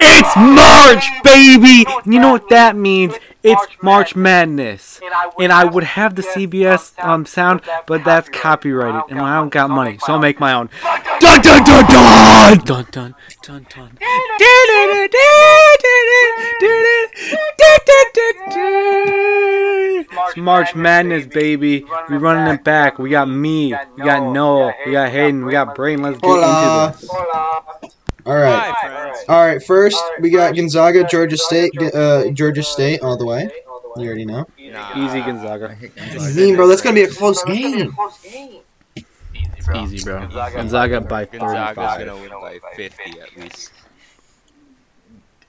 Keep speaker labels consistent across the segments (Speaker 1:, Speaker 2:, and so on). Speaker 1: It's March, baby! And you know what that means? It's March Madness. And I would have the CBS um, sound, but that's copyrighted, and I don't got money, so I'll make my own. Dun dun dun dun! Dun dun dun dun. It's March Madness, baby. We running it back. We got me, we got Noah, we got Hayden, we got Brain. Let's get into this.
Speaker 2: All right. All right. First, we got Gonzaga, Georgia State, uh, Georgia State all the way. You already know.
Speaker 1: Easy Gonzaga.
Speaker 2: Mean, bro, that's gonna be a close game.
Speaker 1: Easy, bro. Gonzaga by
Speaker 3: Gonzaga's
Speaker 1: 35.
Speaker 3: gonna win by 50 at least.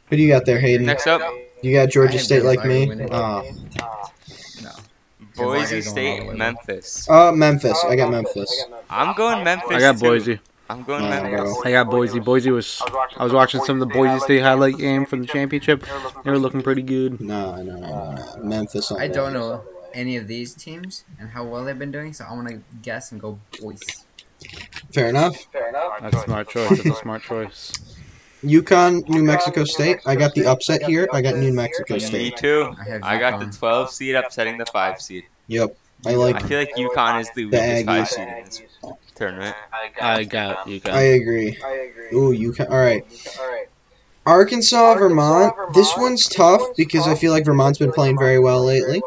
Speaker 2: Who do you got there, Hayden?
Speaker 3: Next up,
Speaker 2: You got
Speaker 4: I
Speaker 2: Georgia
Speaker 4: have
Speaker 2: State like
Speaker 4: Gonzaga
Speaker 2: me.
Speaker 4: winning.
Speaker 2: Uh,
Speaker 3: Boise
Speaker 4: Gonzaga's going all the
Speaker 3: State,
Speaker 4: way.
Speaker 3: Memphis.
Speaker 2: uh, Memphis. I
Speaker 5: Oh,
Speaker 2: got Memphis.
Speaker 3: I'm going Memphis.
Speaker 1: I got
Speaker 3: too.
Speaker 1: Boise.
Speaker 3: I'm going
Speaker 2: Yeah, I
Speaker 3: Memphis.
Speaker 1: I got Boise. Boise was. I was watching some of the Boise State highlight game for the championship. They were looking pretty good.
Speaker 2: No, no, no, no. Memphis. not
Speaker 4: I
Speaker 2: bad.
Speaker 4: don't know any of these teams and how well they've been doing, so I want to guess and go Boise.
Speaker 2: Fair enough.
Speaker 1: That's a smart choice. That's a smart choice.
Speaker 2: Yukon, New Mexico State. I got the upset here. I got New Mexico
Speaker 3: Me
Speaker 2: State.
Speaker 3: too.
Speaker 4: I have
Speaker 3: I got the
Speaker 4: UConn.
Speaker 3: 12 seed upsetting the 5 seed.
Speaker 2: Yep. I like.
Speaker 3: I feel like UConn is the
Speaker 2: The
Speaker 3: weakest 5
Speaker 2: Aggies.
Speaker 3: seed in this tournament.
Speaker 1: I got you
Speaker 2: I
Speaker 1: guys.
Speaker 2: agree.
Speaker 5: I agree.
Speaker 2: Ooh, Yukon. All right.
Speaker 5: All right.
Speaker 2: Arkansas, Uh, Vermont.
Speaker 5: Vermont.
Speaker 2: This one's tough because I feel like Vermont's been playing very well lately.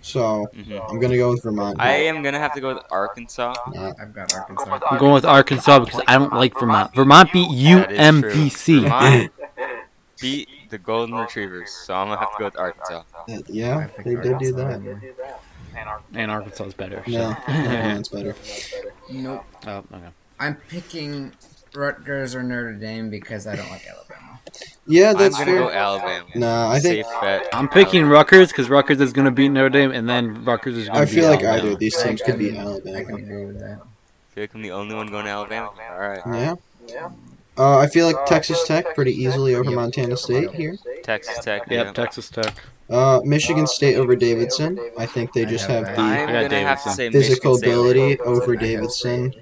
Speaker 2: So
Speaker 3: Mhm.
Speaker 2: I'm gonna go with Vermont.
Speaker 3: I am gonna have to go with Arkansas.
Speaker 4: I've got Arkansas.
Speaker 1: I'm going with Arkansas because I don't like Vermont. Vermont beat
Speaker 3: That is true.
Speaker 1: UMBC.
Speaker 3: Vermont beat the Golden Retrievers, so I'm gonna have to go with Arkansas.
Speaker 2: Uh, yeah, they did do that.
Speaker 4: anyway.
Speaker 1: And Arkansas is better. so-
Speaker 2: No, Vermont's better.
Speaker 4: Nope.
Speaker 1: Oh, okay.
Speaker 4: I'm picking Rutgers or Notre Dame because I don't like Alabama.
Speaker 2: Yeah,
Speaker 3: I'm
Speaker 2: that's
Speaker 3: gonna
Speaker 2: fair.
Speaker 3: go Alabama.
Speaker 2: Nah, I think
Speaker 3: Safe bet.
Speaker 1: I'm picking Rutgers because Rutgers is going to beat Notre Dame, and then Rutgers is going
Speaker 2: I
Speaker 1: to beat
Speaker 2: feel like
Speaker 1: Alabama.
Speaker 2: either of these teams
Speaker 4: I- I
Speaker 2: could be
Speaker 4: mean, I can
Speaker 2: Alabama.
Speaker 4: agree with that.
Speaker 3: I feel like I'm the only one going to Alabama. All right,
Speaker 2: Yeah.
Speaker 5: Yeah.
Speaker 2: Uh, I feel like Texas Tech pretty easily over Montana State here.
Speaker 3: Texas Tech. yeah.
Speaker 1: Yep, Texas Tech.
Speaker 2: Uh, Michigan State over Davidson. I think they just have
Speaker 3: I'm
Speaker 2: the
Speaker 1: I got
Speaker 3: gonna have to
Speaker 1: Davidson.
Speaker 3: say
Speaker 2: physical
Speaker 3: Michigan State.
Speaker 2: ability over Davidson.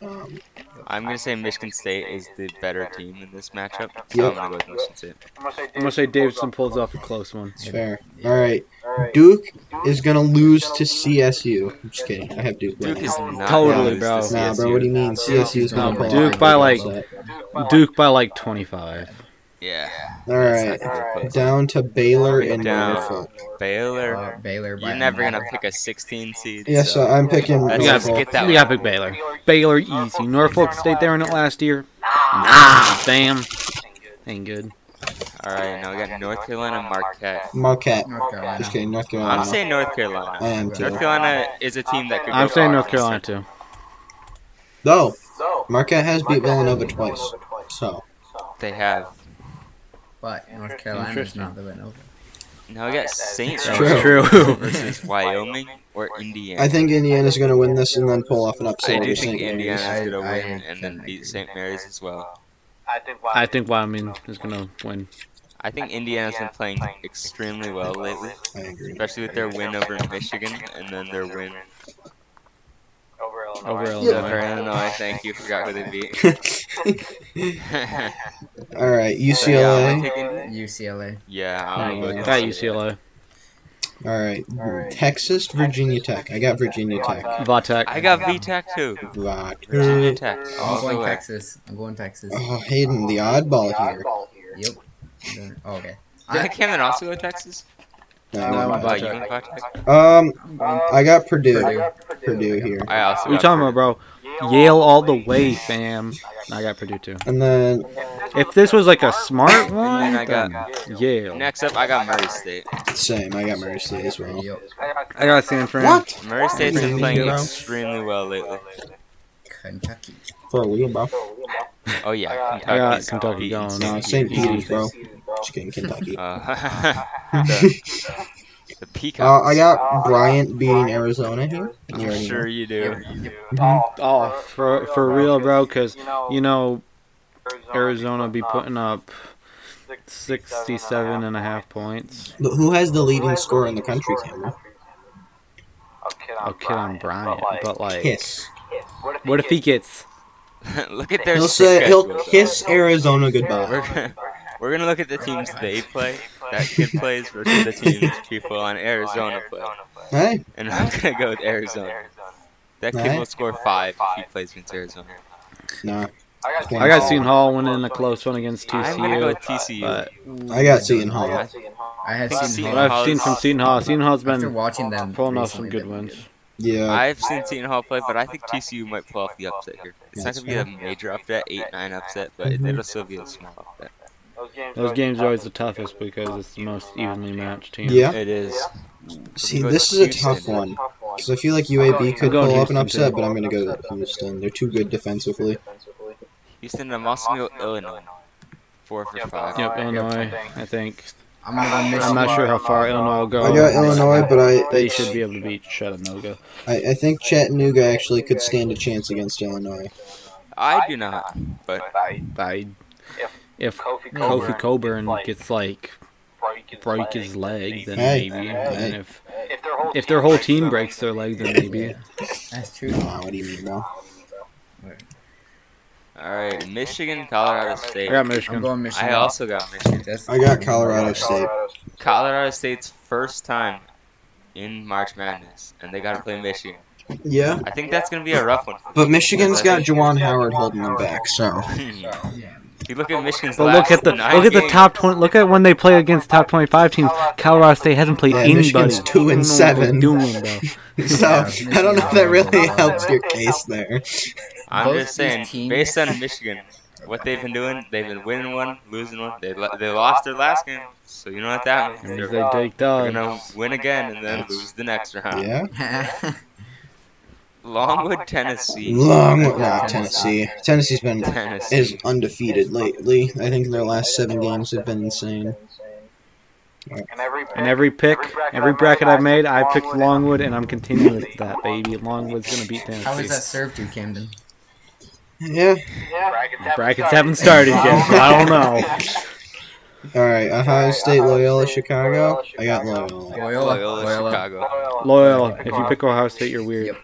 Speaker 2: Um,
Speaker 3: I'm gonna say Michigan State is the better team in this matchup. So I'm gonna go with Michigan State.
Speaker 1: I'm going to say Davidson pulls off a close one.
Speaker 2: it's fair. All right. Duke is gonna lose to CSU. I'm just kidding. I have Duke.
Speaker 3: Duke
Speaker 2: winning.
Speaker 3: is not
Speaker 1: Totally,
Speaker 3: gonna lose to
Speaker 2: Nah,
Speaker 3: CSU.
Speaker 2: bro. What do you mean? CSU's
Speaker 1: No,
Speaker 2: gonna pull
Speaker 1: Duke
Speaker 2: off
Speaker 1: by,
Speaker 2: an
Speaker 1: like-
Speaker 2: upset.
Speaker 1: Duke by like 25.
Speaker 3: Yeah.
Speaker 2: All
Speaker 3: It's
Speaker 2: right.
Speaker 3: not gonna be close.
Speaker 2: Down to Baylor and
Speaker 3: Down.
Speaker 2: Norfolk.
Speaker 3: Baylor.
Speaker 4: Uh, Baylor. by
Speaker 3: You're never gonna
Speaker 4: Alabama.
Speaker 3: pick a 16 seed.
Speaker 2: Yes,
Speaker 3: so-
Speaker 2: uh, I'm picking
Speaker 3: That's-
Speaker 1: You gotta,
Speaker 3: Let's
Speaker 2: Norfolk.
Speaker 3: get that
Speaker 1: you gotta pick Baylor. Baylor easy. Norfolk State there in it last year. Nah, damn. Ain't good.
Speaker 3: All right, now we got North Carolina, Marquette.
Speaker 2: Marquette.
Speaker 4: North Carolina.
Speaker 2: Just kidding. North Carolina.
Speaker 3: I'm saying North Carolina.
Speaker 2: I am too.
Speaker 3: North Carolina is a team that could.
Speaker 1: I'm
Speaker 3: go
Speaker 1: saying
Speaker 3: far
Speaker 1: North
Speaker 3: this
Speaker 1: Carolina too.
Speaker 2: Though
Speaker 5: So,
Speaker 2: Marquette has beat Villanova
Speaker 5: Villanova
Speaker 2: twice, so
Speaker 3: year. They have.
Speaker 4: But North Carolina's
Speaker 1: Interesting.
Speaker 4: not the winner.
Speaker 3: Now we got St.
Speaker 2: It's
Speaker 3: John's
Speaker 2: true.
Speaker 1: True.
Speaker 3: versus Wyoming or Indiana.
Speaker 2: I think Indiana's going to win this and then pull off an upset
Speaker 3: I do
Speaker 2: over
Speaker 3: think
Speaker 2: St.
Speaker 3: Indiana's
Speaker 2: Mary's.
Speaker 3: gonna
Speaker 4: I- I
Speaker 3: win and then
Speaker 4: can agree.
Speaker 3: beat St. Mary's as well.
Speaker 5: I think
Speaker 1: I think Wyoming is gonna win.
Speaker 3: I think Indiana's been playing extremely well lately,
Speaker 2: I agree.
Speaker 3: especially with their win over Michigan and then their win
Speaker 5: over
Speaker 1: Over Illinois.
Speaker 3: over Illinois. Thank you, forgot who they beat.
Speaker 2: All right,
Speaker 3: Yeah,
Speaker 2: UCLA.
Speaker 3: I'm taking-
Speaker 4: UCLA.
Speaker 3: yeah, I'm gonna
Speaker 1: I
Speaker 3: go
Speaker 1: got
Speaker 3: with
Speaker 1: UCLA.
Speaker 2: All right, Texas, Virginia Tech. I got Virginia Tech.
Speaker 3: I
Speaker 1: Vatek.
Speaker 3: got VTech too.
Speaker 2: Wow.
Speaker 3: Virginia Tech.
Speaker 4: I'm
Speaker 3: All the
Speaker 4: going
Speaker 3: way.
Speaker 4: Texas. I'm going Texas.
Speaker 2: Oh, Hayden, the oddball here.
Speaker 4: Yep. Then- oh, okay.
Speaker 3: Did Cameron also go to Texas?
Speaker 2: No,
Speaker 3: Oh,
Speaker 2: no.
Speaker 3: you went to Tech?
Speaker 2: Um,
Speaker 4: I'm going
Speaker 2: I got Purdue.
Speaker 5: Purdue.
Speaker 2: Purdue here,
Speaker 3: I
Speaker 1: What
Speaker 3: also.
Speaker 1: you
Speaker 3: got
Speaker 1: talking about, bro? Yale all the way, fam. And I got Purdue too.
Speaker 2: and then
Speaker 1: If this was like a smart one,
Speaker 3: And I got-
Speaker 1: then Yale.
Speaker 3: Next up, I got Murray State.
Speaker 2: same. I got Murray State as well.
Speaker 4: Yep.
Speaker 1: I got San Fran.
Speaker 2: What?
Speaker 3: Murray State's been
Speaker 2: Really,
Speaker 3: playing
Speaker 2: bro?
Speaker 3: extremely well lately.
Speaker 4: Kentucky.
Speaker 2: For a wheel, bro.
Speaker 3: Oh yeah,
Speaker 1: I got
Speaker 3: Kentucky's
Speaker 1: Kentucky
Speaker 3: beating
Speaker 1: going.
Speaker 2: No,
Speaker 3: St.
Speaker 2: St.
Speaker 3: Peter's.
Speaker 2: Peter's, bro. Just kidding, Kentucky.
Speaker 3: Uh, the, the
Speaker 2: Uh,
Speaker 3: peacock.
Speaker 2: I got Bryant beating Arizona here. You
Speaker 3: I'm
Speaker 2: already know.
Speaker 3: sure you do.
Speaker 1: Oh, for for real, bro, because you know Arizona be putting up 67 and a half points.
Speaker 2: But who has the leading scorer in the country, Cameron?
Speaker 1: I'll kid on Bryant, but like,
Speaker 2: Kiss.
Speaker 1: what if he gets?
Speaker 3: Look at their
Speaker 2: He'll say
Speaker 3: schedule,
Speaker 2: he'll
Speaker 3: though.
Speaker 2: kiss Arizona goodbye.
Speaker 3: We're gonna- We're gonna look at the teams they play, that kid plays, versus the teams people on Arizona play.
Speaker 2: Hey,
Speaker 3: And I'm gonna go with Arizona. That kid
Speaker 2: Alright.
Speaker 3: will score five if he plays against Arizona.
Speaker 2: nah.
Speaker 1: I got Seton Hall winning a close one against
Speaker 3: I'm gonna
Speaker 1: TCU.
Speaker 3: go with TCU.
Speaker 1: But
Speaker 2: I got Seton Hall.
Speaker 4: I have
Speaker 3: I've
Speaker 4: seen
Speaker 3: seen
Speaker 1: what
Speaker 4: Hall.
Speaker 3: Hall.
Speaker 1: I've seen from Seton Hall, Seton Hall's
Speaker 4: After
Speaker 1: been
Speaker 4: watching them,
Speaker 1: pulling off some
Speaker 4: recently,
Speaker 1: good
Speaker 4: they were
Speaker 1: wins.
Speaker 2: Yeah,
Speaker 3: I've seen Seton Hall play, but I think TCU might pull off the upset here. It's not gonna be a major upset, eight nine upset, but
Speaker 2: Mm-hmm.
Speaker 3: it'll still be a small upset.
Speaker 1: Those games are always the toughest because it's the most evenly matched team.
Speaker 2: yeah.
Speaker 3: It is.
Speaker 2: See, this is a tough one because I feel like UAB could
Speaker 1: I'm going
Speaker 2: pull up
Speaker 1: Houston,
Speaker 2: an upset,
Speaker 1: too.
Speaker 2: but I'm gonna go Houston. They're too good defensively.
Speaker 3: Houston, I'm also gonna go Illinois. Four for five.
Speaker 1: Yep, Illinois. I think
Speaker 4: I'm gonna go Michigan.
Speaker 1: I'm not sure how far Illinois will go.
Speaker 2: I got Illinois, but I
Speaker 1: They
Speaker 2: they
Speaker 1: should be able to beat Chattanooga.
Speaker 2: I, I think Chattanooga actually could stand a chance against Illinois.
Speaker 3: I do not.
Speaker 1: I, if Kofi
Speaker 5: Kofi Coburn
Speaker 1: Coburn gets like break his leg, then
Speaker 2: Hey.
Speaker 1: maybe.
Speaker 2: Hey.
Speaker 1: And if
Speaker 5: If their whole
Speaker 1: if their whole team breaks their leg, then maybe.
Speaker 4: That's true.
Speaker 2: Nah, what do you mean, no?
Speaker 3: All right, Michigan, Colorado State.
Speaker 1: I got
Speaker 4: I'm
Speaker 1: Michigan.
Speaker 4: going Michigan.
Speaker 3: I also got Michigan.
Speaker 4: That's-
Speaker 2: I got Colorado State.
Speaker 3: Colorado State's first time in March Madness, and they got to play Michigan.
Speaker 2: Yeah,
Speaker 3: I think that's gonna be a rough one. for
Speaker 2: but
Speaker 3: them.
Speaker 2: Michigan's got Jawan Howard holding them back, so
Speaker 3: you look at Michigan's
Speaker 1: But
Speaker 3: last
Speaker 1: look at the
Speaker 3: nine
Speaker 1: look at the
Speaker 3: games.
Speaker 1: top twenty. Look at when they play against top twenty-five teams. Colorado State hasn't played
Speaker 2: Yeah,
Speaker 1: anybody.
Speaker 2: Michigan's two and
Speaker 1: I don't know what they're
Speaker 2: seven.
Speaker 1: doing, though.
Speaker 2: so I don't know if that really helps your case there.
Speaker 3: I'm
Speaker 4: Both
Speaker 3: just
Speaker 4: these
Speaker 3: saying,
Speaker 4: teams-
Speaker 3: based on Michigan, what they've been doing, they've been winning one, losing one. They lo- they lost their last game, so you know what that
Speaker 1: And
Speaker 3: means.
Speaker 1: if
Speaker 3: They're
Speaker 1: they take
Speaker 3: gonna
Speaker 1: dubs.
Speaker 3: win again and then lose the next round.
Speaker 2: Yeah,
Speaker 3: Longwood, Tennessee.
Speaker 2: long no Tennessee. Tennessee's been
Speaker 3: Tennessee.
Speaker 2: is undefeated lately. I think their last seven games have been insane.
Speaker 5: And every
Speaker 1: And every pick, every bracket I've made, I picked Longwood, and I'm continuing with that, baby. Longwood's gonna beat
Speaker 4: How has that
Speaker 1: Tennessee.
Speaker 4: served you, Camden?
Speaker 2: Yeah.
Speaker 1: Brackets haven't started yet, so I don't know.
Speaker 2: All right. Ohio State, Loyola, Chicago. I got Loyola.
Speaker 4: Loyola.
Speaker 3: Loyola, Chicago.
Speaker 1: Loyal. If you pick Ohio State, you're weird.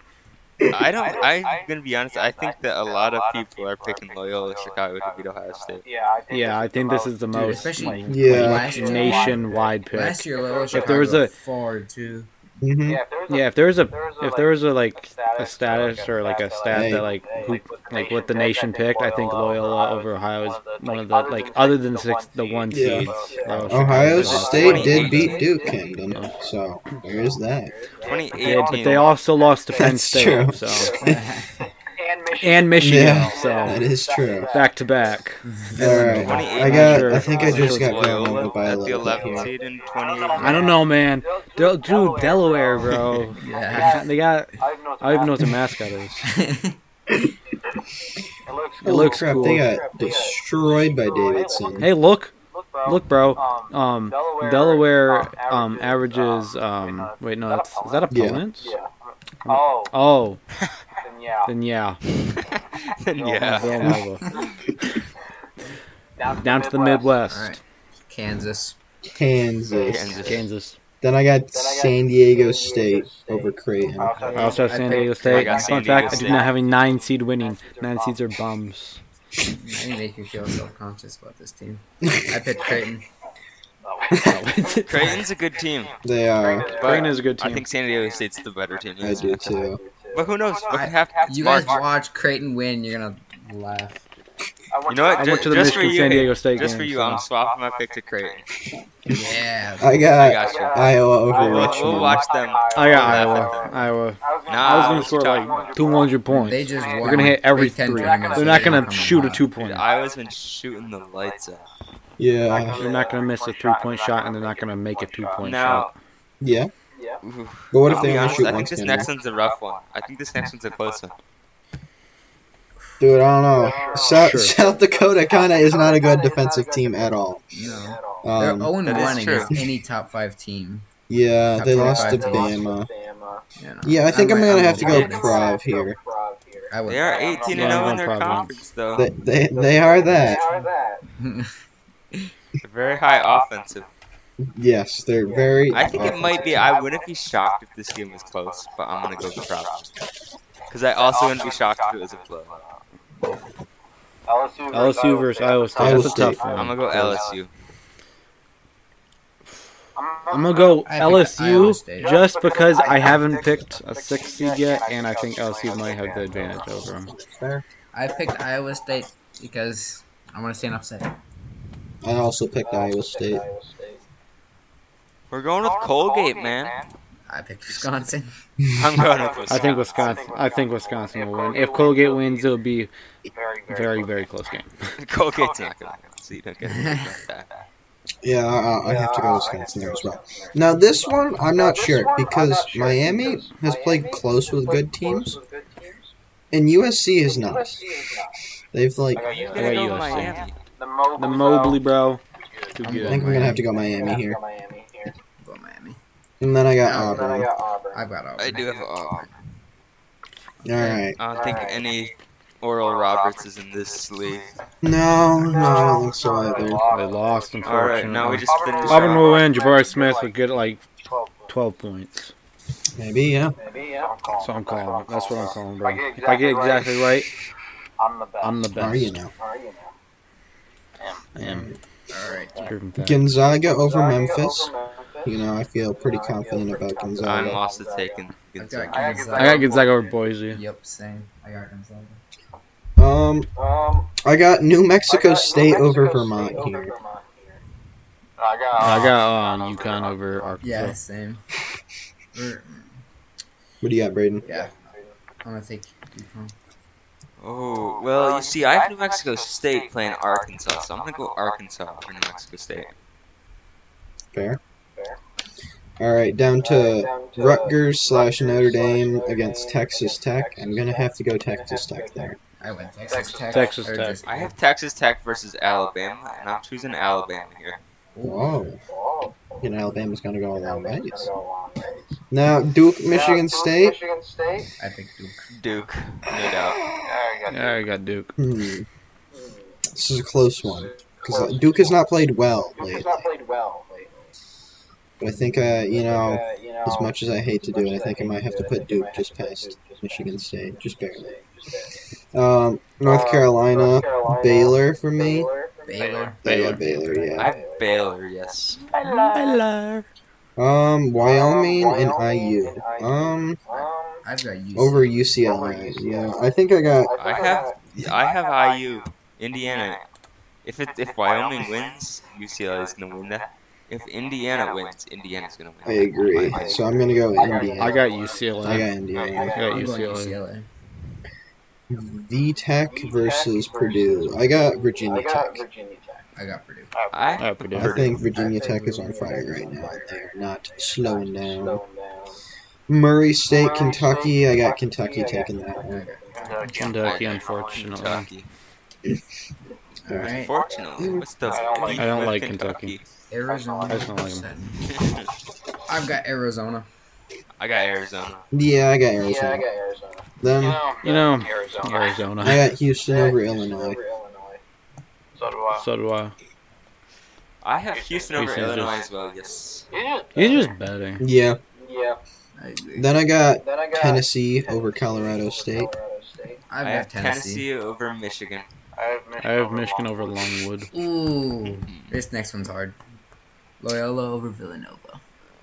Speaker 3: I don't. I'm gonna be honest. I think that a lot of people are picking Loyola, Chicago to beat Ohio State.
Speaker 5: Yeah, I think
Speaker 1: Yeah, I think this is the
Speaker 4: Dude,
Speaker 1: most
Speaker 4: especially
Speaker 1: like
Speaker 2: Yeah.
Speaker 4: last year,
Speaker 1: nationwide pick.
Speaker 4: Last year, Loyola
Speaker 5: If
Speaker 4: Chicago
Speaker 1: there was a-
Speaker 4: four two.
Speaker 2: hmm
Speaker 5: Yeah, if there's a-
Speaker 1: Yeah, if there was a
Speaker 5: there's a,
Speaker 1: if
Speaker 5: like,
Speaker 1: there was a like a
Speaker 5: a
Speaker 1: status or like a stat that like who like what the nation picked, I think Loyola over Ohio is one of the like other than six the one
Speaker 2: Yeah.
Speaker 1: seeds. Oh, Loyola Chicago
Speaker 2: Ohio
Speaker 1: is one.
Speaker 2: State did beat Duke, Camden. So there is that.
Speaker 1: They-
Speaker 3: 2018.
Speaker 1: but they also lost to Penn
Speaker 2: That's
Speaker 1: State,
Speaker 2: true.
Speaker 1: so
Speaker 5: and Michigan.
Speaker 1: and Michigan,
Speaker 2: Yeah.
Speaker 1: so
Speaker 2: That is true.
Speaker 1: back to back.
Speaker 2: All right. I got. I think I just got Villanova by a
Speaker 3: at the
Speaker 2: little bit
Speaker 3: 11th
Speaker 2: here.
Speaker 3: seed in 2018.
Speaker 1: I don't know, man. Del- dude, Delaware, bro.
Speaker 4: Yeah.
Speaker 1: They got.
Speaker 5: I don't know.
Speaker 1: I don't even know what the mascot is.
Speaker 5: It looks
Speaker 1: It
Speaker 5: cool.
Speaker 2: Holy
Speaker 1: looks
Speaker 2: crap!
Speaker 1: cool.
Speaker 2: They got destroyed by Davidson.
Speaker 1: Hey, look,
Speaker 5: Look, bro.
Speaker 1: look, bro.
Speaker 5: Um,
Speaker 1: Um,
Speaker 5: Delaware,
Speaker 1: Delaware
Speaker 5: um,
Speaker 1: um averages
Speaker 5: uh,
Speaker 1: um
Speaker 5: uh,
Speaker 1: wait no
Speaker 5: is that
Speaker 1: that's is that
Speaker 2: Yeah.
Speaker 1: opponents?
Speaker 5: yeah. Oh,
Speaker 1: Oh,
Speaker 5: then yeah.
Speaker 1: then yeah,
Speaker 3: yeah.
Speaker 1: Villanova.
Speaker 5: Down to,
Speaker 1: down to the Midwest,
Speaker 4: All right. Kansas.
Speaker 2: Kansas.
Speaker 3: Kansas.
Speaker 1: Kansas.
Speaker 2: Then I got San Diego State over Creighton.
Speaker 5: Also,
Speaker 1: I also have San
Speaker 4: I
Speaker 1: Diego
Speaker 4: picked-
Speaker 1: State.
Speaker 3: I got
Speaker 1: Fun
Speaker 3: San
Speaker 1: fact: I
Speaker 3: Diego
Speaker 1: did not have a nine seed winning. Nine seeds are bums.
Speaker 4: I didn't make you feel self-conscious about this team. I picked Creighton.
Speaker 3: Creighton's a good team.
Speaker 2: They are.
Speaker 1: Creighton is a good
Speaker 3: I
Speaker 1: team.
Speaker 3: think San Diego State's the better team.
Speaker 2: I do too.
Speaker 3: But who knows? What could happen? It's
Speaker 4: You guys
Speaker 3: March.
Speaker 4: watch Creighton win, you're gonna laugh.
Speaker 3: You know what?
Speaker 1: I
Speaker 3: Ju-
Speaker 1: went to the
Speaker 3: just for
Speaker 1: Michigan
Speaker 3: you,
Speaker 1: San
Speaker 3: hey,
Speaker 1: Diego State
Speaker 3: Just
Speaker 1: game.
Speaker 3: for you,
Speaker 1: so-
Speaker 3: I'm swapping my pick to Creighton.
Speaker 4: Yeah.
Speaker 2: I
Speaker 3: I
Speaker 2: got
Speaker 3: got you.
Speaker 2: Iowa over
Speaker 3: We'll, we'll
Speaker 2: Richmond.
Speaker 3: watch them.
Speaker 1: I got
Speaker 3: We'll laugh
Speaker 1: Iowa.
Speaker 3: at them.
Speaker 1: Iowa.
Speaker 3: Nah,
Speaker 1: I was gonna
Speaker 3: what
Speaker 1: score
Speaker 3: you talking
Speaker 1: like 200 points.
Speaker 4: They just
Speaker 1: They're gonna hit every three. They're not gonna shoot a two
Speaker 3: Dude,
Speaker 1: point.
Speaker 3: Iowa's been shooting the lights out.
Speaker 2: Yeah.
Speaker 1: They're not gonna miss a three point shot, and they're not gonna make a two point
Speaker 3: Now,
Speaker 1: shot.
Speaker 2: Yeah.
Speaker 3: ooh,
Speaker 2: But what if
Speaker 3: I'll
Speaker 2: they
Speaker 3: be
Speaker 2: only
Speaker 3: honest,
Speaker 2: shoot
Speaker 3: I
Speaker 2: one
Speaker 3: think this
Speaker 2: skinner?
Speaker 3: next one's a rough one. I think this next one's a close one.
Speaker 2: Dude, I don't know. South,
Speaker 1: Sure.
Speaker 2: South Dakota kind of is not a good defensive team at all.
Speaker 4: No. They're
Speaker 2: Um,
Speaker 4: 0
Speaker 3: That is
Speaker 4: 1
Speaker 3: true.
Speaker 4: against any top five team.
Speaker 2: yeah, they
Speaker 4: Top
Speaker 2: lost to
Speaker 4: 25 team.
Speaker 2: Bama.
Speaker 4: You know.
Speaker 2: Yeah, I think I'm
Speaker 4: might-
Speaker 2: gonna
Speaker 4: I
Speaker 2: have to go
Speaker 4: might be honest.
Speaker 2: Prov here.
Speaker 4: I would.
Speaker 3: They are 18 and
Speaker 1: Yeah,
Speaker 3: 0
Speaker 1: no
Speaker 3: in their
Speaker 1: problem.
Speaker 3: conference, though.
Speaker 2: They, they, they are that.
Speaker 3: Very high offensive.
Speaker 2: Yes, they're very.
Speaker 3: I think it
Speaker 2: awful.
Speaker 3: might be. I wouldn't be shocked if this game was close, but I'm gonna go with Providence because I also wouldn't be shocked if it was a blow.
Speaker 5: LSU,
Speaker 1: LSU versus Iowa State.
Speaker 2: Iowa
Speaker 1: That's a tough
Speaker 2: State.
Speaker 1: one.
Speaker 3: I'm gonna go LSU.
Speaker 1: I'm gonna go
Speaker 4: I picked Iowa State.
Speaker 1: LSU just because I haven't picked a six seed yet, and I think LSU might have the advantage over them.
Speaker 2: Fair.
Speaker 4: I picked Iowa State because I want to see an upset.
Speaker 2: I also picked Iowa State.
Speaker 3: We're going with Colgate, man.
Speaker 4: I picked Wisconsin.
Speaker 3: I'm going with Wisconsin.
Speaker 1: I think Wisconsin. I think Wisconsin will win. If Colgate wins, it'll be a very very close game.
Speaker 3: Colgate's not gonna win, so you don't get to think about that.
Speaker 2: Yeah, I, I have to go Wisconsin there as well. Now this one, I'm not sure because Miami has played close with good teams, and USC is not. They've like, I
Speaker 3: You
Speaker 1: Where
Speaker 3: gotta
Speaker 1: you
Speaker 3: go
Speaker 1: are,
Speaker 3: Miami.
Speaker 1: The
Speaker 5: The Mobley.
Speaker 1: Mobley bro. Too
Speaker 4: I'm
Speaker 1: good.
Speaker 2: think I'm gonna have to go Miami here,
Speaker 5: Miami here.
Speaker 4: Go Miami.
Speaker 2: and then I got
Speaker 5: And then I
Speaker 2: Auburn.
Speaker 5: got Auburn.
Speaker 4: I've got
Speaker 3: I
Speaker 4: Auburn.
Speaker 3: do have Auburn.
Speaker 2: All right.
Speaker 3: I don't think any Oral Roberts is in this league.
Speaker 2: No, no, I don't think so
Speaker 1: They
Speaker 2: either.
Speaker 1: lost,
Speaker 3: All right,
Speaker 1: unfortunately.
Speaker 3: now we just finished.
Speaker 1: Auburn
Speaker 3: our-
Speaker 1: will win. Jabari Smith would get like 12 points.
Speaker 2: Maybe yeah.
Speaker 5: Maybe, yeah.
Speaker 1: That's what I'm calling. That's what I'm calling, bro.
Speaker 5: If
Speaker 1: If
Speaker 5: I
Speaker 1: I
Speaker 5: get
Speaker 1: get exactly right,
Speaker 5: I'm the best.
Speaker 1: I'm the
Speaker 2: Are you
Speaker 1: best.
Speaker 2: now?
Speaker 5: Are you now?
Speaker 1: I am.
Speaker 4: All right.
Speaker 1: Proven fact.
Speaker 2: Gonzaga over
Speaker 5: Gonzaga
Speaker 2: Memphis.
Speaker 5: over Memphis.
Speaker 2: You know, I feel pretty confident about
Speaker 3: I'm
Speaker 2: Gonzaga.
Speaker 3: lost to taking.
Speaker 4: I've got
Speaker 5: I got
Speaker 1: I
Speaker 4: Gonzaga.
Speaker 1: got Gonzaga over Boise.
Speaker 4: Yep, same. I got Gonzaga.
Speaker 2: Um,
Speaker 5: Um,
Speaker 2: I got New Mexico
Speaker 5: I got New
Speaker 2: State
Speaker 5: Mexico
Speaker 2: over
Speaker 5: State
Speaker 2: Vermont
Speaker 5: over
Speaker 2: here.
Speaker 5: Vermont here. I got.
Speaker 1: I got uh, UConn over Arkansas.
Speaker 4: Yeah, same. Or-
Speaker 2: What do you got, Braden?
Speaker 4: yeah.
Speaker 5: uh,
Speaker 4: I'm gonna take UConn.
Speaker 3: Oh well, you see, I have New Mexico State playing Arkansas, so I'm gonna go Arkansas over New Mexico State.
Speaker 2: Fair. All right, down to
Speaker 5: Down to
Speaker 2: Rutgers slash Notre
Speaker 5: Rutgers slash
Speaker 2: Dame
Speaker 5: Notre
Speaker 2: against
Speaker 5: Dame
Speaker 2: Texas
Speaker 5: against
Speaker 2: Tech.
Speaker 5: Texas
Speaker 2: I'm gonna
Speaker 5: Tech.
Speaker 2: have to go
Speaker 5: gonna have
Speaker 2: Texas
Speaker 5: to go
Speaker 2: Tech there.
Speaker 4: I went Texas
Speaker 5: Texas
Speaker 4: Tech.
Speaker 1: Texas
Speaker 4: or
Speaker 1: Tech.
Speaker 4: just-
Speaker 3: I have Texas Tech versus Alabama, and I'm choosing Alabama here.
Speaker 2: Whoa,
Speaker 5: Oh,
Speaker 2: you know Alabama's gonna go a long
Speaker 5: Alabama's
Speaker 2: ways.
Speaker 5: gonna go a long ways.
Speaker 2: Now Duke, Michigan
Speaker 5: Now,
Speaker 2: State.
Speaker 5: Michigan State.
Speaker 4: I picked Duke.
Speaker 3: Duke, no doubt.
Speaker 5: There you go.
Speaker 1: Yeah, I got Duke.
Speaker 2: Hmm. This is a close one because Duke has not played well
Speaker 5: Duke
Speaker 2: lately.
Speaker 5: has not played well lately.
Speaker 2: But I think, uh, you know,
Speaker 5: Uh, you know,
Speaker 2: as much as I hate to
Speaker 5: as
Speaker 2: do
Speaker 5: much
Speaker 2: it, I
Speaker 5: as
Speaker 2: think I might have
Speaker 5: do
Speaker 2: to
Speaker 5: it, I
Speaker 2: put
Speaker 5: think I might
Speaker 2: Duke
Speaker 5: have
Speaker 2: just
Speaker 5: to put Duke
Speaker 2: past
Speaker 5: just past
Speaker 2: Michigan State, just barely.
Speaker 5: Just barely.
Speaker 2: Um, North
Speaker 5: Uh,
Speaker 2: Carolina,
Speaker 5: North Carolina,
Speaker 2: Baylor for me.
Speaker 5: Baylor for me.
Speaker 4: Baylor.
Speaker 2: Baylor, Baylor,
Speaker 3: I
Speaker 2: yeah.
Speaker 3: have Baylor, yes.
Speaker 2: Um, Wyoming and
Speaker 5: Wyoming
Speaker 2: IU.
Speaker 5: and IU.
Speaker 2: Um,
Speaker 5: Um,
Speaker 4: I've got UConn.
Speaker 2: over UCLA. Yeah, I think I got.
Speaker 3: I have, I have IU, Indiana. If it, if Wyoming wins, UCLA is gonna win that. If Indiana wins, Indiana's gonna
Speaker 2: I
Speaker 3: win. that.
Speaker 2: agree. So I'm gonna go Indiana.
Speaker 1: I got
Speaker 2: I got
Speaker 1: UCLA.
Speaker 2: Indiana.
Speaker 1: I got
Speaker 4: I'm going
Speaker 1: UCLA.
Speaker 4: UCLA.
Speaker 2: V Tech versus Purdue. I got Virginia
Speaker 5: I got
Speaker 2: Tech.
Speaker 5: Virginia Tech.
Speaker 4: I got Purdue.
Speaker 3: I
Speaker 1: I Purdue.
Speaker 2: I think Virginia Tech is on fire right now. They're not slowing
Speaker 5: Slowing
Speaker 2: down.
Speaker 5: down.
Speaker 2: Murray State, Kentucky. I got Kentucky taking that
Speaker 4: I
Speaker 2: one.
Speaker 4: got
Speaker 1: Kentucky, unfortunately.
Speaker 3: Kentucky.
Speaker 2: All right.
Speaker 4: Alright.
Speaker 3: Unfortunately, what's the
Speaker 5: I don't like-
Speaker 1: I don't
Speaker 3: beef with
Speaker 1: like
Speaker 4: Arizona.
Speaker 1: I just don't like 'em.
Speaker 4: upset. I've got Arizona.
Speaker 3: I got Arizona.
Speaker 2: Yeah, I got
Speaker 5: Yeah, I
Speaker 2: Arizona.
Speaker 5: got Arizona.
Speaker 2: Then
Speaker 1: You know,
Speaker 5: Arizona.
Speaker 2: I
Speaker 1: Arizona.
Speaker 2: got Houston over Illinois.
Speaker 5: Over Illinois. So do I.
Speaker 1: So do I.
Speaker 3: I have Houston over
Speaker 1: Houston's
Speaker 3: Illinois
Speaker 1: just-
Speaker 3: as well. Yes.
Speaker 5: You
Speaker 1: He's just better.
Speaker 2: Yeah.
Speaker 5: yeah.
Speaker 4: I agree.
Speaker 2: Then I got
Speaker 5: Then I got
Speaker 2: Tennessee over Colorado State.
Speaker 5: Colorado State.
Speaker 4: I've
Speaker 3: I
Speaker 4: got
Speaker 3: have
Speaker 4: Tennessee.
Speaker 3: Tennessee over Michigan.
Speaker 5: I have Michigan,
Speaker 1: I have Michigan over Longwood.
Speaker 4: Ooh, this next one's hard. Loyola over Villanova.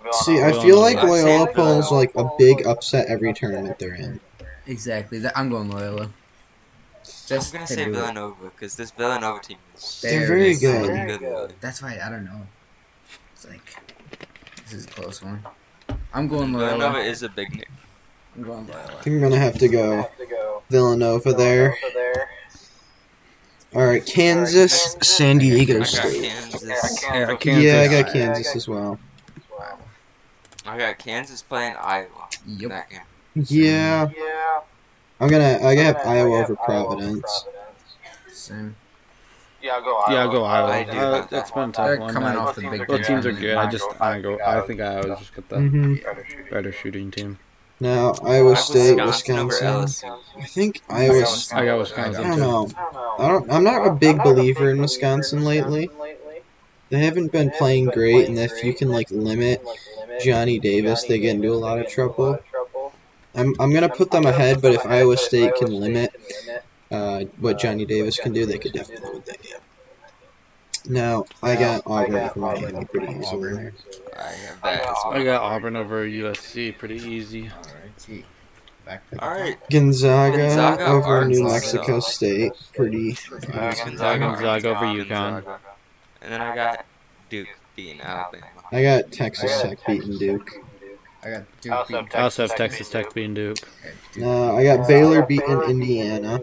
Speaker 5: Villanova.
Speaker 2: See, I
Speaker 1: Villanova.
Speaker 2: feel like
Speaker 3: Villanova.
Speaker 2: Loyola pulls like a big upset every tournament they're in.
Speaker 4: Exactly. That, I'm going Loyola. Just
Speaker 3: I'm gonna say
Speaker 4: Purdue.
Speaker 3: Villanova because this Villanova team is
Speaker 4: They're
Speaker 2: They're
Speaker 4: very
Speaker 2: very
Speaker 3: so
Speaker 2: good.
Speaker 5: Very
Speaker 3: good.
Speaker 4: That's why I don't know. It's like this is a close one. I'm going
Speaker 3: Villanova
Speaker 4: Loyola.
Speaker 3: is a big name.
Speaker 4: I'm going Loyola.
Speaker 2: I think I'm gonna have to go
Speaker 5: Have to go
Speaker 2: Villanova there.
Speaker 5: Over there.
Speaker 2: All right, Kansas, San
Speaker 3: I
Speaker 2: Diego
Speaker 3: got
Speaker 2: State.
Speaker 3: Kansas.
Speaker 5: Yeah, I
Speaker 1: Kansas.
Speaker 2: Yeah, I got Kansas as well.
Speaker 5: Wow.
Speaker 3: I got Kansas playing Iowa. in
Speaker 4: Yep.
Speaker 3: That game.
Speaker 2: Yeah,
Speaker 5: Yeah.
Speaker 2: I'm gonna. I have
Speaker 5: I got
Speaker 2: Iowa
Speaker 5: Iowa
Speaker 2: over Providence.
Speaker 5: Providence.
Speaker 4: Same.
Speaker 5: Yeah, I'll go Iowa.
Speaker 1: Yeah, I'll go Iowa.
Speaker 3: I do
Speaker 1: Uh,
Speaker 3: got that
Speaker 1: it's been a
Speaker 4: They're
Speaker 1: tough one.
Speaker 4: coming
Speaker 1: I-
Speaker 4: off the big.
Speaker 1: Both teams are
Speaker 4: Ten.
Speaker 1: good. I just I go. I think I always just got the
Speaker 2: Mm-hmm.
Speaker 1: better shooting team.
Speaker 2: Now
Speaker 3: I
Speaker 2: Iowa
Speaker 3: have
Speaker 2: State,
Speaker 3: Wisconsin over
Speaker 2: Wisconsin.
Speaker 3: LSU.
Speaker 2: I think Iowa. s-
Speaker 1: I got
Speaker 2: I
Speaker 1: Wisconsin
Speaker 2: don't
Speaker 1: too.
Speaker 2: know.
Speaker 5: I don't know.
Speaker 2: I don't. I'm not a big believer in Wisconsin lately. They haven't been playing great, and if you can like limit Johnny Davis, they get into a lot of trouble. I'm I'm gonna put them ahead, but if Iowa State can limit uh, uh, what Johnny Davis can do, they could definitely win that game. No, I got Auburn for Miami pretty easily.
Speaker 3: I have that as well.
Speaker 1: I got Auburn over USC pretty easy.
Speaker 4: Alright. Back to the
Speaker 3: All right,
Speaker 2: Gonzaga,
Speaker 3: Gonzaga
Speaker 2: over New
Speaker 3: Arkansas.
Speaker 2: Mexico State,
Speaker 3: Uh,
Speaker 2: pretty.
Speaker 3: I got Gonzaga,
Speaker 1: Gonzaga over
Speaker 3: Arkansas,
Speaker 1: UConn.
Speaker 3: Gonzaga. and then I got Duke beating Alabama.
Speaker 2: I got Texas Tech beating Duke.
Speaker 4: I got Duke
Speaker 5: Also,
Speaker 4: beat.
Speaker 1: I also have Texas Tech beating Duke.
Speaker 4: Okay, Duke,
Speaker 2: No, Uh, I got Baylor beating Indiana.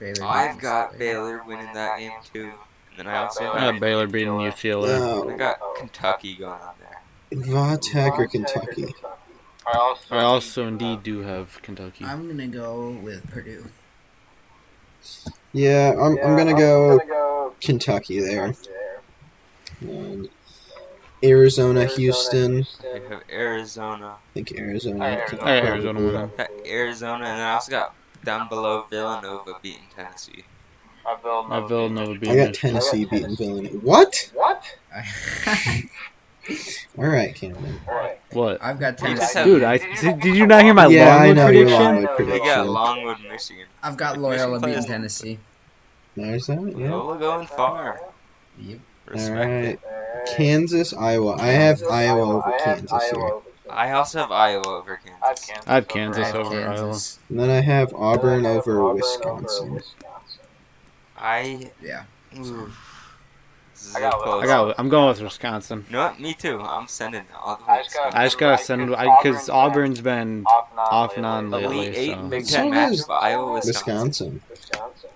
Speaker 4: Baylor.
Speaker 3: I've
Speaker 4: beat
Speaker 3: got
Speaker 4: Missouri.
Speaker 3: Baylor winning that game too, and then I also
Speaker 5: I
Speaker 1: I
Speaker 3: have
Speaker 1: got Baylor beating UCLA.
Speaker 3: I
Speaker 2: No,
Speaker 3: got Kentucky going on there.
Speaker 2: Va Tech or Kentucky.
Speaker 5: I also,
Speaker 1: I also indeed do have Kentucky.
Speaker 4: I'm gonna go with Purdue.
Speaker 2: Yeah, I'm, I'm gonna go
Speaker 5: go
Speaker 2: Kentucky there.
Speaker 5: there.
Speaker 2: And Arizona, Houston.
Speaker 3: I have Arizona,
Speaker 2: I think Arizona.
Speaker 5: Arizona.
Speaker 1: I got Arizona winning.
Speaker 3: got Arizona, and then I also got down below Villanova beating Tennessee.
Speaker 5: I build
Speaker 1: I have Villanova beating
Speaker 2: I got
Speaker 1: Michigan.
Speaker 2: Tennessee beating Villanova. What?
Speaker 5: What?
Speaker 4: I-
Speaker 2: All right, Camden.
Speaker 5: Right.
Speaker 1: What?
Speaker 4: I've got
Speaker 3: You
Speaker 4: Tennessee.
Speaker 3: just have-
Speaker 1: Dude, I did, did you not hear my
Speaker 2: Yeah, I
Speaker 1: Longwood
Speaker 2: know your
Speaker 1: prediction?
Speaker 2: Longwood
Speaker 3: I got
Speaker 2: prediction.
Speaker 3: Longwood, Michigan.
Speaker 4: I've got
Speaker 3: Michigan
Speaker 4: Loyola
Speaker 3: plays-
Speaker 4: beating Tennessee.
Speaker 2: No, is that it? Yeah.
Speaker 3: Loyola going far.
Speaker 4: Yep.
Speaker 3: Respect
Speaker 2: Alright.
Speaker 3: it.
Speaker 2: Kansas, Iowa. I have Iowa over Kansas here.
Speaker 3: I also have Iowa over
Speaker 5: I have
Speaker 3: Kansas.
Speaker 5: Kansas.
Speaker 1: I have Kansas
Speaker 5: over
Speaker 1: over Iowa.
Speaker 4: Kansas.
Speaker 2: And then I have Auburn over Wisconsin.
Speaker 3: I
Speaker 4: Yeah.
Speaker 3: oof. This is
Speaker 5: I got-
Speaker 3: so close.
Speaker 1: I got. I'm going with Wisconsin.
Speaker 3: You know what? Me too. I'm sending all the
Speaker 5: I
Speaker 3: way.
Speaker 5: just got-
Speaker 1: I just gotta send because Auburn's been
Speaker 5: Off and on.
Speaker 1: Off and on
Speaker 3: Elite
Speaker 1: lately,
Speaker 3: eight
Speaker 1: so-
Speaker 3: Big
Speaker 2: So
Speaker 3: Ten match
Speaker 2: does
Speaker 3: of Iowa, Wisconsin.
Speaker 2: Wisconsin.
Speaker 5: Wisconsin.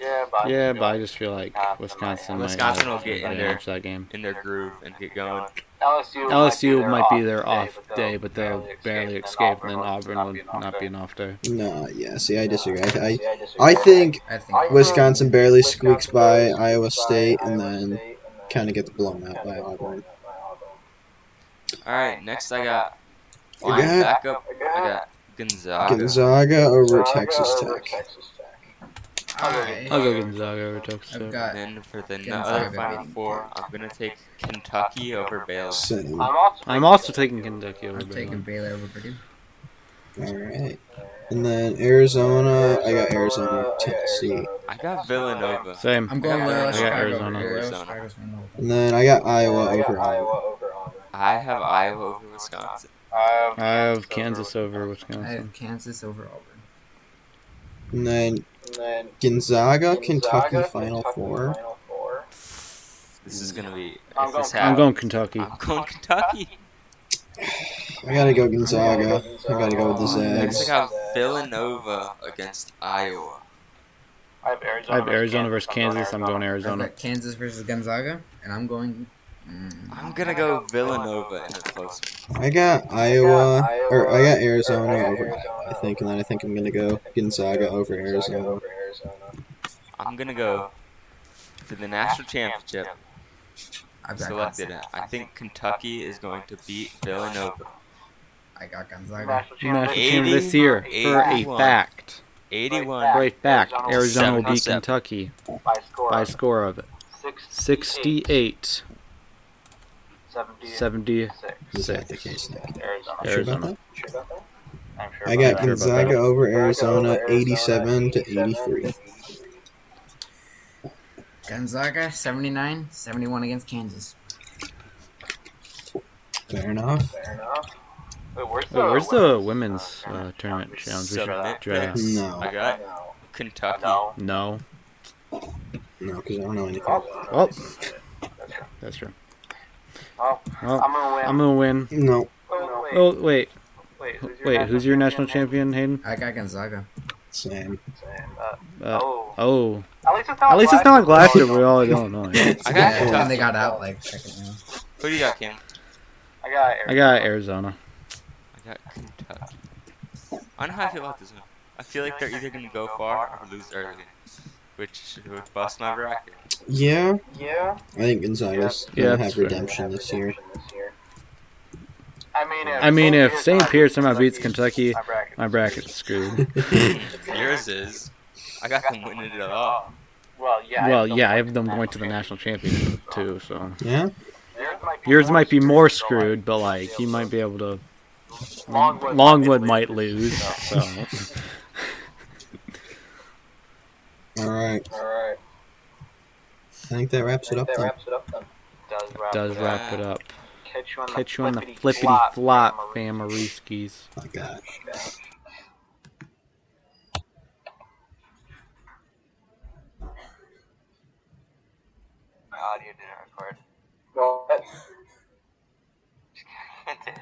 Speaker 5: Yeah, but
Speaker 1: yeah, but I just feel like Wisconsin might
Speaker 3: Wisconsin will
Speaker 1: have
Speaker 3: get in
Speaker 1: advantage
Speaker 3: there.
Speaker 1: that game.
Speaker 3: In their groove and get going.
Speaker 5: LSU,
Speaker 1: LSU might be
Speaker 5: their
Speaker 1: their off day, but they'll barely escape, and then Auburn would not be an off day.
Speaker 2: Nah, yeah. See, I disagree. I,
Speaker 5: Yeah,
Speaker 2: I, I think
Speaker 4: I think.
Speaker 2: Wisconsin barely squeaks by Iowa State and then kind of gets blown out by Auburn.
Speaker 3: All right, next I got.
Speaker 2: I
Speaker 3: Line
Speaker 2: got-
Speaker 3: back up. I got Gonzaga.
Speaker 2: Gonzaga over Texas Tech.
Speaker 1: I'll
Speaker 4: I,
Speaker 1: go Gonzaga over Texas.
Speaker 4: I've
Speaker 1: Tech.
Speaker 4: got.
Speaker 3: And then for the
Speaker 4: Gonzaga.
Speaker 3: other final four, I'm gonna take Kentucky over Baylor.
Speaker 2: Same. All
Speaker 5: I'm also,
Speaker 1: I'm also taking Kentucky over
Speaker 4: I'm taking
Speaker 1: Baylor.
Speaker 4: Baylor over Purdue.
Speaker 2: right. And then Arizona. I got Arizona, over Tennessee.
Speaker 3: I got Villanova.
Speaker 1: Same.
Speaker 4: I'm going
Speaker 3: I got
Speaker 4: Loyola Chicago.
Speaker 1: Arizona.
Speaker 4: Loyola
Speaker 3: Arizona.
Speaker 4: Chicago's my number one.
Speaker 2: And then I got Iowa over Um, Iowa.
Speaker 5: Iowa over Auburn.
Speaker 3: I have Iowa over Wisconsin.
Speaker 5: I
Speaker 1: I have Kansas over Wisconsin.
Speaker 4: I have Kansas over Auburn.
Speaker 2: And then
Speaker 5: And then
Speaker 2: Gonzaga, Kentucky,
Speaker 5: Gonzaga,
Speaker 2: Final
Speaker 5: Kentucky
Speaker 2: Four.
Speaker 5: Final Four.
Speaker 3: This is gonna be.
Speaker 5: I'm
Speaker 3: if this
Speaker 5: going-
Speaker 1: I'm
Speaker 3: happens-
Speaker 1: going Kentucky.
Speaker 3: I'm going Kentucky.
Speaker 2: I gotta go Gonzaga. I gotta go with the
Speaker 3: Next I
Speaker 2: Zags.
Speaker 3: got Villanova against Iowa.
Speaker 5: I have Arizona,
Speaker 1: I have Arizona versus Kansas. I'm going
Speaker 4: I've
Speaker 1: Arizona.
Speaker 4: got Kansas versus Gonzaga, and I'm going. Mm,
Speaker 3: I'm gonna go Villanova in a close one.
Speaker 2: I got Iowa, or I got Arizona over Iowa, I think, and then I think I'm gonna go Gonzaga over Arizona.
Speaker 5: over Arizona.
Speaker 3: I'm gonna go for the national championship.
Speaker 4: I've got
Speaker 3: Selected.
Speaker 4: Gonzaga.
Speaker 3: it. I think Kentucky is going to beat Villanova
Speaker 4: I got Gonzaga.
Speaker 5: National
Speaker 1: National team
Speaker 5: championship.
Speaker 1: this year for a
Speaker 3: 81.
Speaker 1: fact. For
Speaker 3: 81
Speaker 1: a fact, Arizona will beat
Speaker 3: 77.
Speaker 1: Kentucky
Speaker 5: by score
Speaker 1: by a
Speaker 5: of
Speaker 1: score of
Speaker 5: 68,
Speaker 1: 68
Speaker 5: 76.
Speaker 1: 76.
Speaker 2: Is that the case? Nick?
Speaker 5: Arizona.
Speaker 2: Sure
Speaker 1: Arizona.
Speaker 2: about that?
Speaker 5: Sure about that? I'm sure
Speaker 2: I
Speaker 5: about
Speaker 2: got
Speaker 5: that.
Speaker 2: Gonzaga over
Speaker 5: Gonzaga
Speaker 2: Arizona,
Speaker 5: over
Speaker 2: 87 to 83.
Speaker 5: 83.
Speaker 4: Gonzaga 79, 71 against Kansas.
Speaker 2: Fair enough.
Speaker 5: Fair enough. Wait, where's the,
Speaker 1: Oh, where's the women's uh, tournament challenge? We should
Speaker 3: Submit
Speaker 1: draft.
Speaker 3: picks.
Speaker 2: No.
Speaker 3: I
Speaker 5: I
Speaker 3: got
Speaker 5: know.
Speaker 3: Kentucky.
Speaker 5: No.
Speaker 1: No.
Speaker 2: No, because I don't know anything.
Speaker 5: Oh,
Speaker 1: Oh, that's true.
Speaker 5: Oh,
Speaker 1: Well,
Speaker 5: I'm gonna win.
Speaker 1: I'm gonna win.
Speaker 2: No,
Speaker 5: Oh, wait,
Speaker 1: Oh wait,
Speaker 5: wait, who's your
Speaker 1: oh, wait. Who's your national
Speaker 5: champion?
Speaker 1: champion, Hayden?
Speaker 4: I got Gonzaga.
Speaker 2: Sam.
Speaker 5: And, uh,
Speaker 1: Uh,
Speaker 5: oh.
Speaker 1: oh,
Speaker 5: At least it's not
Speaker 1: at least it's not Glasgow.
Speaker 5: Glasgow.
Speaker 1: We're all in Illinois.
Speaker 3: I got
Speaker 4: and
Speaker 3: Kentucky.
Speaker 4: they got out like second round.
Speaker 3: Who do you got, Cam?
Speaker 5: I got
Speaker 1: I got Arizona.
Speaker 3: I got Kentucky. I don't know how I feel about this one. I feel like they're either gonna go far or lose early, which would bust my bracket.
Speaker 2: Yeah,
Speaker 5: Yeah.
Speaker 2: I think Gonzaga's
Speaker 1: Yeah,
Speaker 2: gonna
Speaker 1: that's
Speaker 2: have
Speaker 1: fair.
Speaker 2: redemption this year.
Speaker 5: I mean, if
Speaker 1: I mean,
Speaker 5: St.
Speaker 1: if
Speaker 5: Pierce
Speaker 1: St. Pierce somehow beats Kentucky,
Speaker 5: Kentucky, my bracket.
Speaker 1: my bracket's screwed.
Speaker 3: Yours is. I got them winning it all.
Speaker 5: Well, yeah.
Speaker 1: Well,
Speaker 5: it's
Speaker 1: yeah, I
Speaker 5: the-
Speaker 1: have them going to the national championship too. So
Speaker 2: Yeah,
Speaker 5: Yours might be
Speaker 1: yours might be more
Speaker 5: screwed,
Speaker 1: screwed, but like you might be able to.
Speaker 5: but, like,
Speaker 1: Longwood might lose. So
Speaker 2: All right.
Speaker 5: All right.
Speaker 2: I think that wraps it up
Speaker 5: that
Speaker 2: then.
Speaker 5: wraps it up then. Does wrap.
Speaker 1: Does
Speaker 5: it
Speaker 1: wrap it up.
Speaker 5: up. Catch you on
Speaker 1: Catch
Speaker 5: the
Speaker 1: you on the
Speaker 5: flippity
Speaker 1: flippity
Speaker 5: flop,
Speaker 1: flop,
Speaker 5: Marie.
Speaker 1: Famariskis.
Speaker 2: My God.
Speaker 5: My audio didn't record. Go ahead.